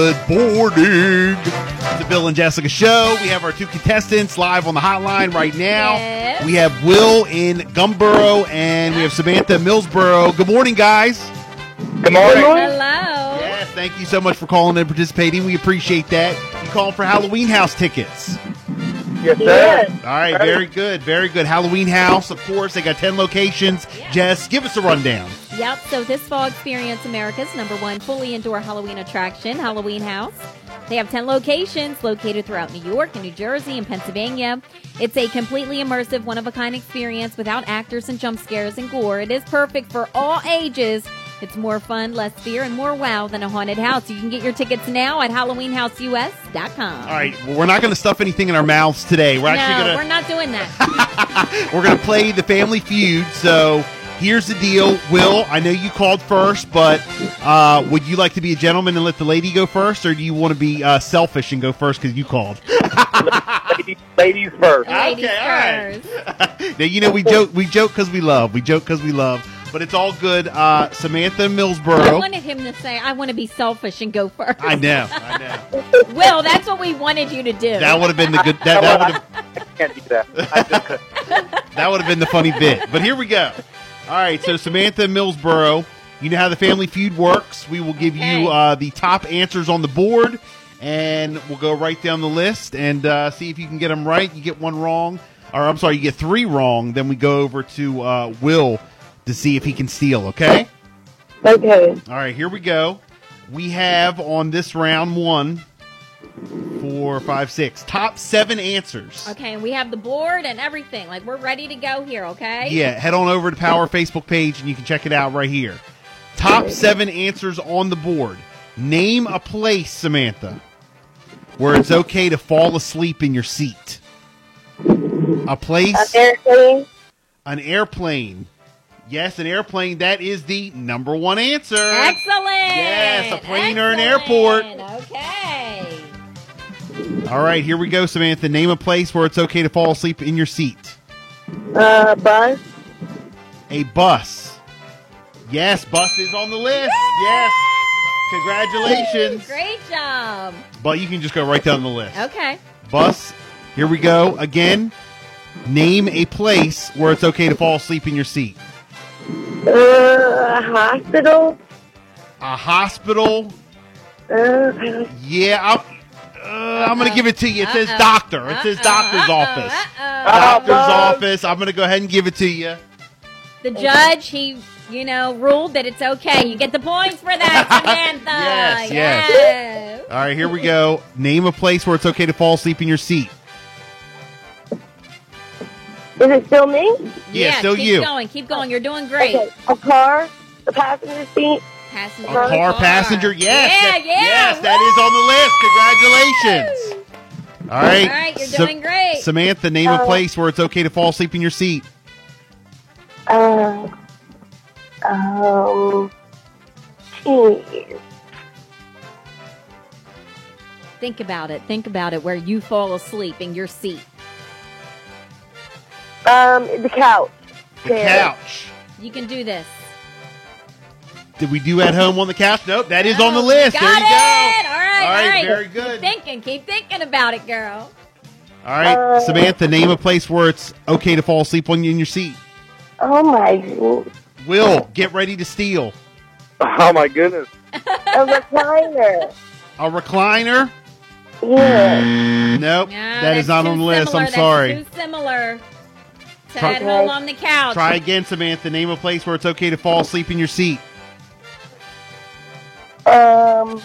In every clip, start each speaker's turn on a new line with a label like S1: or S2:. S1: Good morning. The Bill and Jessica show. We have our two contestants live on the hotline right now.
S2: Yes.
S1: We have Will in Gumboro and we have Samantha in Millsboro. Good morning, guys.
S3: Good morning.
S2: Hello.
S1: Yes, thank you so much for calling and participating. We appreciate that. You calling for Halloween house tickets.
S3: Yes, sir.
S1: All right, very good, very good. Halloween house, of course. They got 10 locations. Jess, give us a rundown.
S2: Yep. So this fall experience America's number one fully indoor Halloween attraction, Halloween House. They have 10 locations located throughout New York and New Jersey and Pennsylvania. It's a completely immersive, one of a kind experience without actors and jump scares and gore. It is perfect for all ages. It's more fun, less fear, and more wow than a haunted house. You can get your tickets now at HalloweenHouseUS.com.
S1: All right, well, we're not going to stuff anything in our mouths today. We're
S2: No,
S1: actually going to
S2: we're not doing that.
S1: We're going to play the family feud. So here's the deal. Will, I know you called first, but uh, would you like to be a gentleman and let the lady go first, or do you want to be uh, selfish and go first because you called?
S3: Ladies, ladies first.
S2: Ladies
S1: all right.
S2: first.
S1: now, you know, we joke we joke because we love. We joke because we love. But it's all good. Uh, Samantha
S2: I
S1: Millsboro.
S2: wanted him to say, I want to be selfish and go first.
S1: I know. I know.
S2: Will, that's what we wanted you to do.
S1: That would have been the good. That, that would have
S3: I can't do that. I just couldn't.
S1: That would have been the funny bit. But here we go. All right, so Samantha Millsboro, you know how the Family Feud works. We will give
S2: Okay.
S1: you uh, the top answers on the board, and we'll go right down the list and uh, see if you can get them right. You get one wrong, or I'm sorry, you get three wrong. Then we go over to uh, Will to see if he can steal. Okay.
S4: Okay.
S1: All right, here we go. We have on this round one, four, five, six, top seven answers.
S2: Okay, and we have the board and everything. Like, we're ready to go here, okay?
S1: Yeah, head on over to Power Facebook page and you can check it out right here. Top seven answers on the board. Name a place, Samantha, where it's okay to fall asleep in your seat. A place,
S4: American.
S1: an airplane. Yes, an airplane. That is the number one answer.
S2: Excellent.
S1: Yes, a plane or an
S2: Excellent. Okay.
S1: All right, here we go, Samantha. Name a place where it's okay to fall asleep in your seat.
S4: Uh, bus.
S1: a bus. Yes, bus is on the list. Yes. Congratulations.
S2: Great job.
S1: But you can just go right down the list.
S2: Okay.
S1: Bus, here we go. Again, name a place where it's okay to fall asleep in your seat.
S4: Uh, hospital.
S1: A hospital.
S4: Uh, I don't-
S1: Yeah, I'm, uh, I'm going to give it to you. It says
S2: Uh-oh.
S1: doctor. It says
S2: Uh-oh,
S1: doctor's
S2: uh-oh,
S1: office.
S2: uh-oh.
S1: Doctor's
S3: Uh-oh.
S1: office. I'm going to go ahead and give it to you.
S2: The judge, he, you know, ruled that it's okay. You get the points for that, Samantha.
S1: Yes, yes.
S2: Yes.
S1: All right, here we go. Name a place where it's okay to fall asleep in your seat.
S4: is it still me?
S1: Yeah, still
S2: keep
S1: you.
S2: going. Keep going. You're doing great.
S4: Okay. A car. The passenger seat.
S2: Passenger.
S1: A car passenger, yes.
S2: Yeah,
S1: that-
S2: yeah.
S1: Yes, that is on the list. Congratulations. All right.
S2: All right, you're
S1: Sa-
S2: doing great.
S1: Samantha, name a
S4: Oh.
S1: place where it's okay to fall asleep in your seat.
S4: Uh, um, geez.
S2: Think about it. Think about it where you fall asleep in your seat.
S4: um, the couch.
S1: The couch.
S2: You can do this.
S1: Did we do at home on the couch? Nope, that is on the
S2: Oh,
S1: list.
S2: Got
S1: there you
S2: it.
S1: go.
S2: All right.
S1: All
S2: All
S1: right,
S2: right.
S1: very good.
S2: Keep thinking. Keep thinking about it, girl.
S1: All right,
S4: Uh.
S1: Samantha, name a place where it's okay to fall asleep on in your seat.
S4: Oh my. goodness.
S1: Will, get ready to steal.
S3: Oh my goodness.
S4: A recliner.
S1: A recliner?
S4: Yeah.
S1: Nope,
S2: Mm-hmm. No,
S1: that is
S2: that's
S1: not
S2: too
S1: on the list.
S2: similar.
S1: I'm
S2: That's
S1: sorry.
S2: Too similar. To
S1: Try-
S2: at home on the couch.
S1: Try again, Samantha. Name a place where it's okay to fall asleep in your seat.
S4: Um,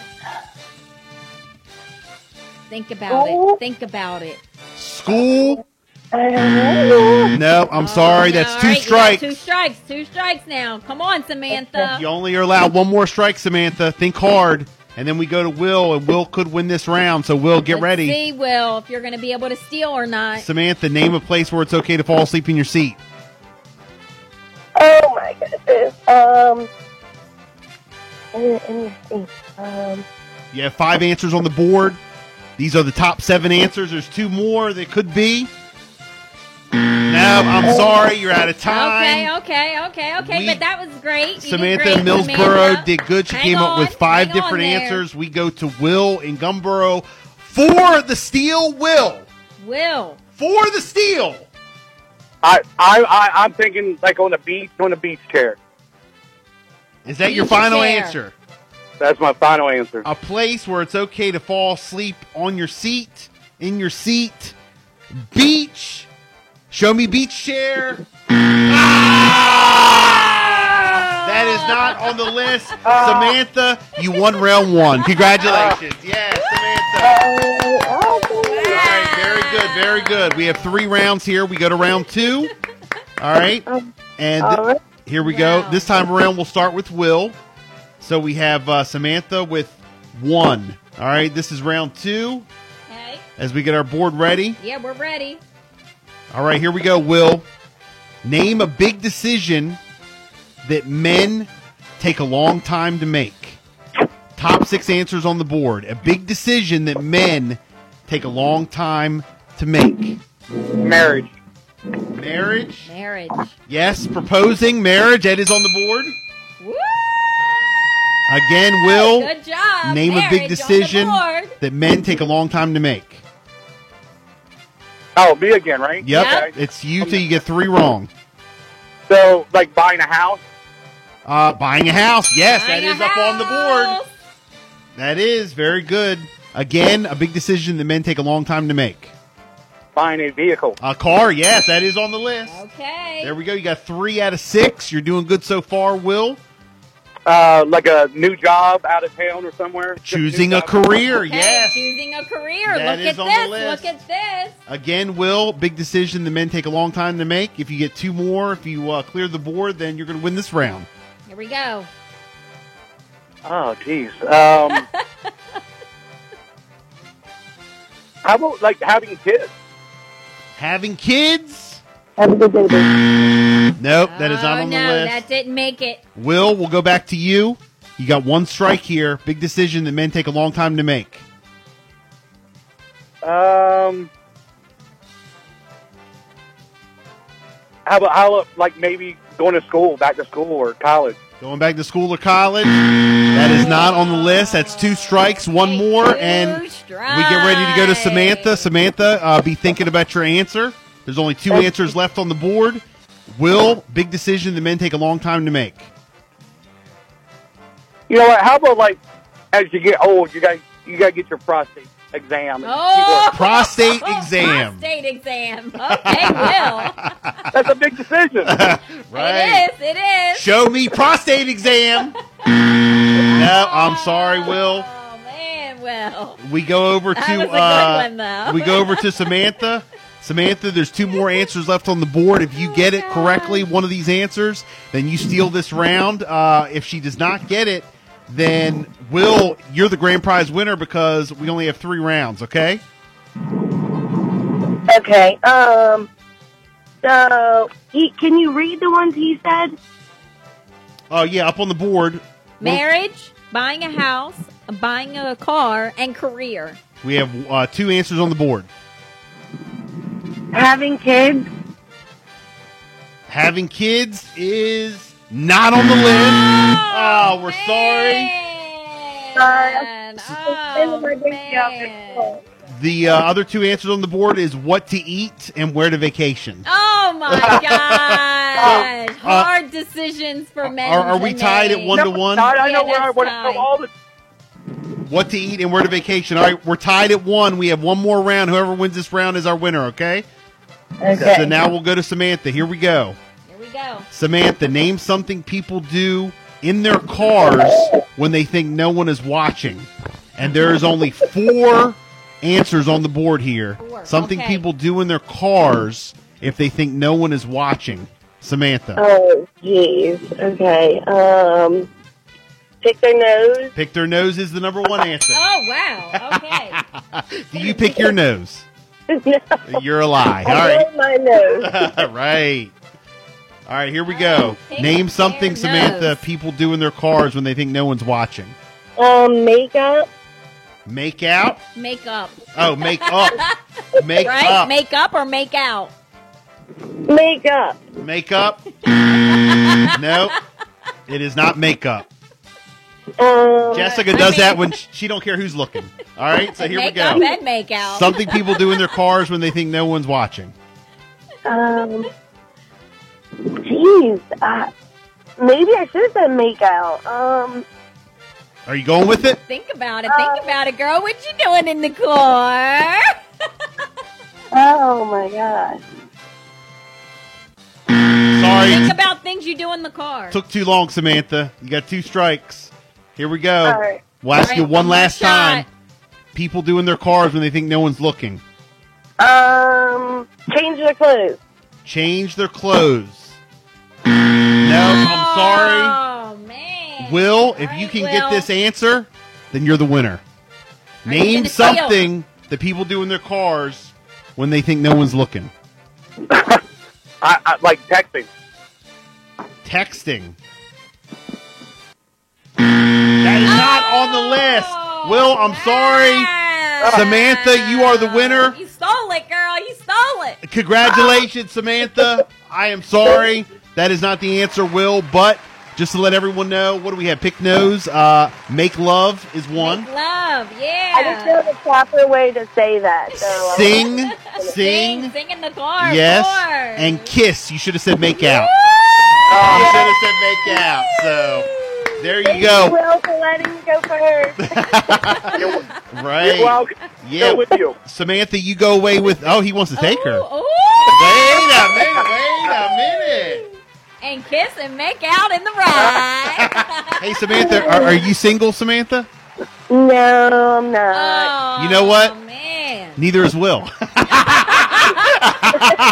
S2: Think about
S4: Oh.
S2: it. Think about it.
S1: School?
S4: I don't know.
S1: No, I'm
S2: Oh,
S1: sorry.
S2: no,
S1: That's
S2: all
S1: two
S2: right, you got
S1: strikes.
S2: Two strikes. Two strikes now. Come on, Samantha.
S1: You only are allowed one more strike, Samantha. Think hard. And then we go to Will, and Will could win this round. So, Will, get
S2: Let's
S1: ready.
S2: See, Will, if you're going to be able to steal or not.
S1: Samantha, name a place where it's okay to fall asleep in your seat.
S4: Oh my goodness. Um, in the seat. Um,
S1: You have five answers on the board. These are the top seven answers. There's two more that could be. No, Deb, I'm sorry, you're out of time.
S2: Oh. Okay, okay, okay, okay.
S1: We-
S2: but that was great. You did
S1: Samantha
S2: great,
S1: Millsboro
S2: Samantha.
S1: did good. She
S2: Hang
S1: came up
S2: on,
S1: with five
S2: hang on
S1: different
S2: there.
S1: answers. We go to Will in Gumboro for the steal. Will
S2: Will.
S1: for the steal.
S3: I, I, I, I'm thinking like on the beach, on the beach chair.
S1: Is that your
S2: Beach
S1: final
S2: chair.
S1: answer?
S3: That's my final answer.
S1: A place where it's okay to fall asleep on your seat, in your seat, beach. Show me beach chair. Ah! That is not on the list. Samantha, you won round one. Congratulations. Yes,
S4: uh,
S1: Samantha. All right, very good, very good. We have three rounds here. We go to round two. All right, and
S4: Um, All right.
S1: here we go.
S2: Wow.
S1: This time around, we'll start with Will. So we have uh, Samantha with one. All right, this is round two.
S2: Hey.
S1: As we get our board ready.
S2: Yeah, we're ready.
S1: All right, here we go. Will name a big decision that men take a long time to make. Top six answers on the board. A big decision that men take a long time to make.
S3: Marriage.
S1: Marriage.
S2: Marriage.
S1: Yes, proposing marriage. That is on the board.
S2: Woo!
S1: Again, Will,
S2: Good job.
S1: name a
S2: Marriage on
S1: big
S2: the
S1: decision
S2: board.
S1: that men take a long time to make.
S3: Oh, me again, right?
S1: Yep,
S2: Yep.
S1: it's you till you get three wrong.
S3: So, like buying a house.
S1: Uh, buying a house. Yes,
S2: Buying
S1: that
S2: a
S1: is up on the board.
S2: house.
S1: That is very good. Again, a big decision that men take a long time to make.
S3: Buying a vehicle.
S1: A car. Yes, that is on the list.
S2: Okay.
S1: There we go. You got three out of six. You're doing good so far, Will.
S3: Uh, like a new job out of town or somewhere. Just new
S1: Choosing a
S3: job.
S1: career.
S2: Okay,
S1: Yes.
S2: Choosing a career.
S1: That
S2: Look
S1: is
S2: at
S1: on the
S2: this.
S1: list.
S2: Look at this.
S1: Again, Will, big decision the men take a long time to make. If you get two more, if you uh, clear the board, then you're going to win this round.
S2: Here we go.
S3: Oh, jeez. Um, how about like having kids?
S1: Having kids?
S4: Have a good day, baby.
S1: Nope, that is not
S2: Oh,
S1: on the
S2: no,
S1: list.
S2: That didn't make it.
S1: Will, we'll go back to you. You got one strike here. Big decision that men take a long time to make.
S3: Um, how about how about, like maybe going to school, back to school or college?
S1: Going back to school or college? That is not on the list. That's two strikes, one
S2: Take
S1: more,
S2: two
S1: and we get ready to go to Samantha.
S2: strikes.
S1: Samantha, uh, be thinking about your answer. There's only two answers left on the board. Will, big decision that men take a long time to make.
S3: You know what? How about like as you get old, you got you got to get your prostate exam. and
S2: Oh,
S1: Prostate exam.
S2: Prostate exam. Okay, Will.
S3: see what- that's a big decision.
S1: Right.
S2: It is. It is.
S1: Show me prostate exam. no, I'm sorry, Will.
S2: Oh man, Will.
S1: We go over to
S2: That was a good
S1: uh,
S2: one, though.
S1: we go over to Samantha. Samantha, there's two more answers left on the board. If you get it
S2: Oh,
S1: correctly, one of these answers, then you steal this round. Uh, if she does not get it, then Will, you're the grand prize winner because we only have three rounds. Okay.
S4: Okay. Um. So, he, can you read the ones he said?
S1: Oh yeah, up on the board.
S2: Marriage, buying a house, buying a car, and career.
S1: We have uh, two answers on the board.
S4: Having kids.
S1: Having kids is not on the list. Oh, we're sorry.
S2: Man. Oh, man.
S1: The uh, other two answers on the board is what to eat and where to vacation.
S2: Oh
S1: Uh,
S2: my gosh! Hard decisions for men.
S1: Are, are
S2: to
S1: we tied at
S2: make.
S1: one to one?
S3: I, I know
S2: Yeah,
S3: where I
S2: that's
S3: want to
S2: fine.
S3: go. All the
S1: What to eat and where to vacation. All right, we're tied at one. We have one more round. Whoever wins this round is our winner. Okay.
S4: Okay.
S1: So now we'll go to Samantha. Here we go.
S2: Here we go.
S1: Samantha, name something people do in their cars when they think no one is watching. And there is only four answers on the board here.
S2: Four,
S1: Something
S2: okay.
S1: people do in their cars if they think no one is watching. Samantha,
S4: Oh, jeez. Okay. Um. Pick their nose.
S1: pick their nose is the number one answer.
S2: Oh wow! Okay.
S1: Do you pick your nose?
S4: no.
S1: You're a lie. All
S4: I
S1: right.
S4: love my nose.
S1: right. All right, here we go.
S2: Pick
S1: Name
S2: their
S1: something, Samantha,
S2: nose.
S1: people do in their cars when they think no one's watching.
S4: Um, makeup.
S1: Make out?
S2: Make up,
S1: Oh, make up. Make
S2: right?
S1: up.
S2: Make up or make out?
S4: Makeup.
S1: Makeup? no, it is not makeup.
S4: Um,
S1: Jessica
S2: I
S1: does that
S2: mean-
S1: when sh- she don't care who's looking. All right, so here we
S2: make
S1: go.
S2: up and make out.
S1: Something people do in their cars when they think no one's watching.
S4: um, jeez. Uh, maybe I should have said make out. Um,
S1: Are you going with it?
S2: think about it. Think about it, girl. What you doing in the car?
S4: oh my gosh.
S1: Sorry,
S2: think
S1: it
S2: about things you do in the car.
S1: took too long, Samantha. You got two strikes. Here we go.
S4: All right.
S1: We'll ask
S2: All right,
S1: you one
S2: one more
S1: last
S2: shot.
S1: time. People do in their cars when they think no one's looking.
S4: Um, change the clothes.
S1: Change their clothes. No, I'm sorry.
S2: Oh man.
S1: Will, if
S2: All
S1: you
S2: right,
S1: can
S2: Will.
S1: get this answer, then you're the winner.
S2: right,
S1: Name
S2: it's gonna kill.
S1: something that people do in their cars when they think no one's looking.
S3: I, I like texting.
S1: Texting. That is not on
S2: Oh,
S1: the list. Will, I'm sorry.
S2: Wow.
S1: Samantha, you are the winner.
S2: You stole it, girl. You stole it.
S1: Congratulations, Samantha. I am sorry. That is not the answer, Will, but just to let everyone know, what do we have? Pick nose. Uh, make love is one.
S2: Make love,
S4: I
S2: yeah.
S4: just know the proper way to say that. So, um,
S1: Sing.
S2: sing,
S1: Sing.
S2: sing in the car.
S1: Yes.
S2: of course.
S1: And kiss. You should have said make out. You should
S3: Uh,
S1: have said make out. So there
S4: Thank
S1: you go.
S4: Will, for letting me go first.
S3: you're, you're
S1: Right.
S3: welcome.
S1: Yeah.
S3: Still with you.
S1: Samantha, you go away with. Oh, he wants to take her.
S2: Ooh, ooh.
S1: Wait a minute. Wait a minute.
S2: and kiss and make out in the ride.
S1: Hey, Samantha, are, are you single, Samantha?
S4: no, I'm not.
S2: oh,
S1: Uh, You know what?
S2: man.
S1: Neither is Will.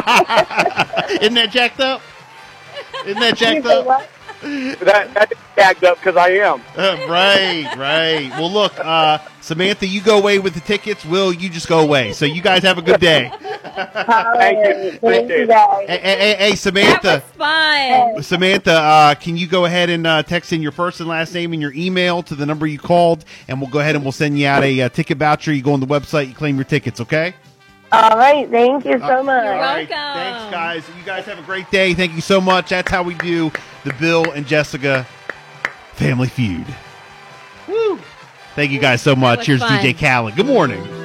S1: Isn't that jacked up? Isn't that jacked
S4: Say
S1: up?
S4: what?
S3: That that backed up because I am.
S1: Uh, right, right. Well, look, uh, Samantha, you go away with the tickets. Will, you just go away. So you guys have a good day.
S3: Thank you.
S4: Holiday. Thank
S3: Appreciate
S4: you
S3: it.
S4: guys.
S1: Hey, hey, hey, hey,
S2: That was
S1: Samantha.
S2: fun.
S1: Samantha, uh, can you go ahead and uh, text in your first and last name and your email to the number you called, and we'll go ahead and we'll send you out a uh, ticket voucher. You go on the website, you claim your tickets, okay?
S4: All right. Thank you so
S1: Uh,
S4: much.
S2: You're
S1: All right.
S2: welcome.
S1: Thanks, guys. You guys have a great day. Thank you so much. That's how we do the Bill and Jessica Family Feud. Woo! Thank you guys so much.
S2: was
S1: Here's
S2: fun.
S1: DJ Khaled. Good morning.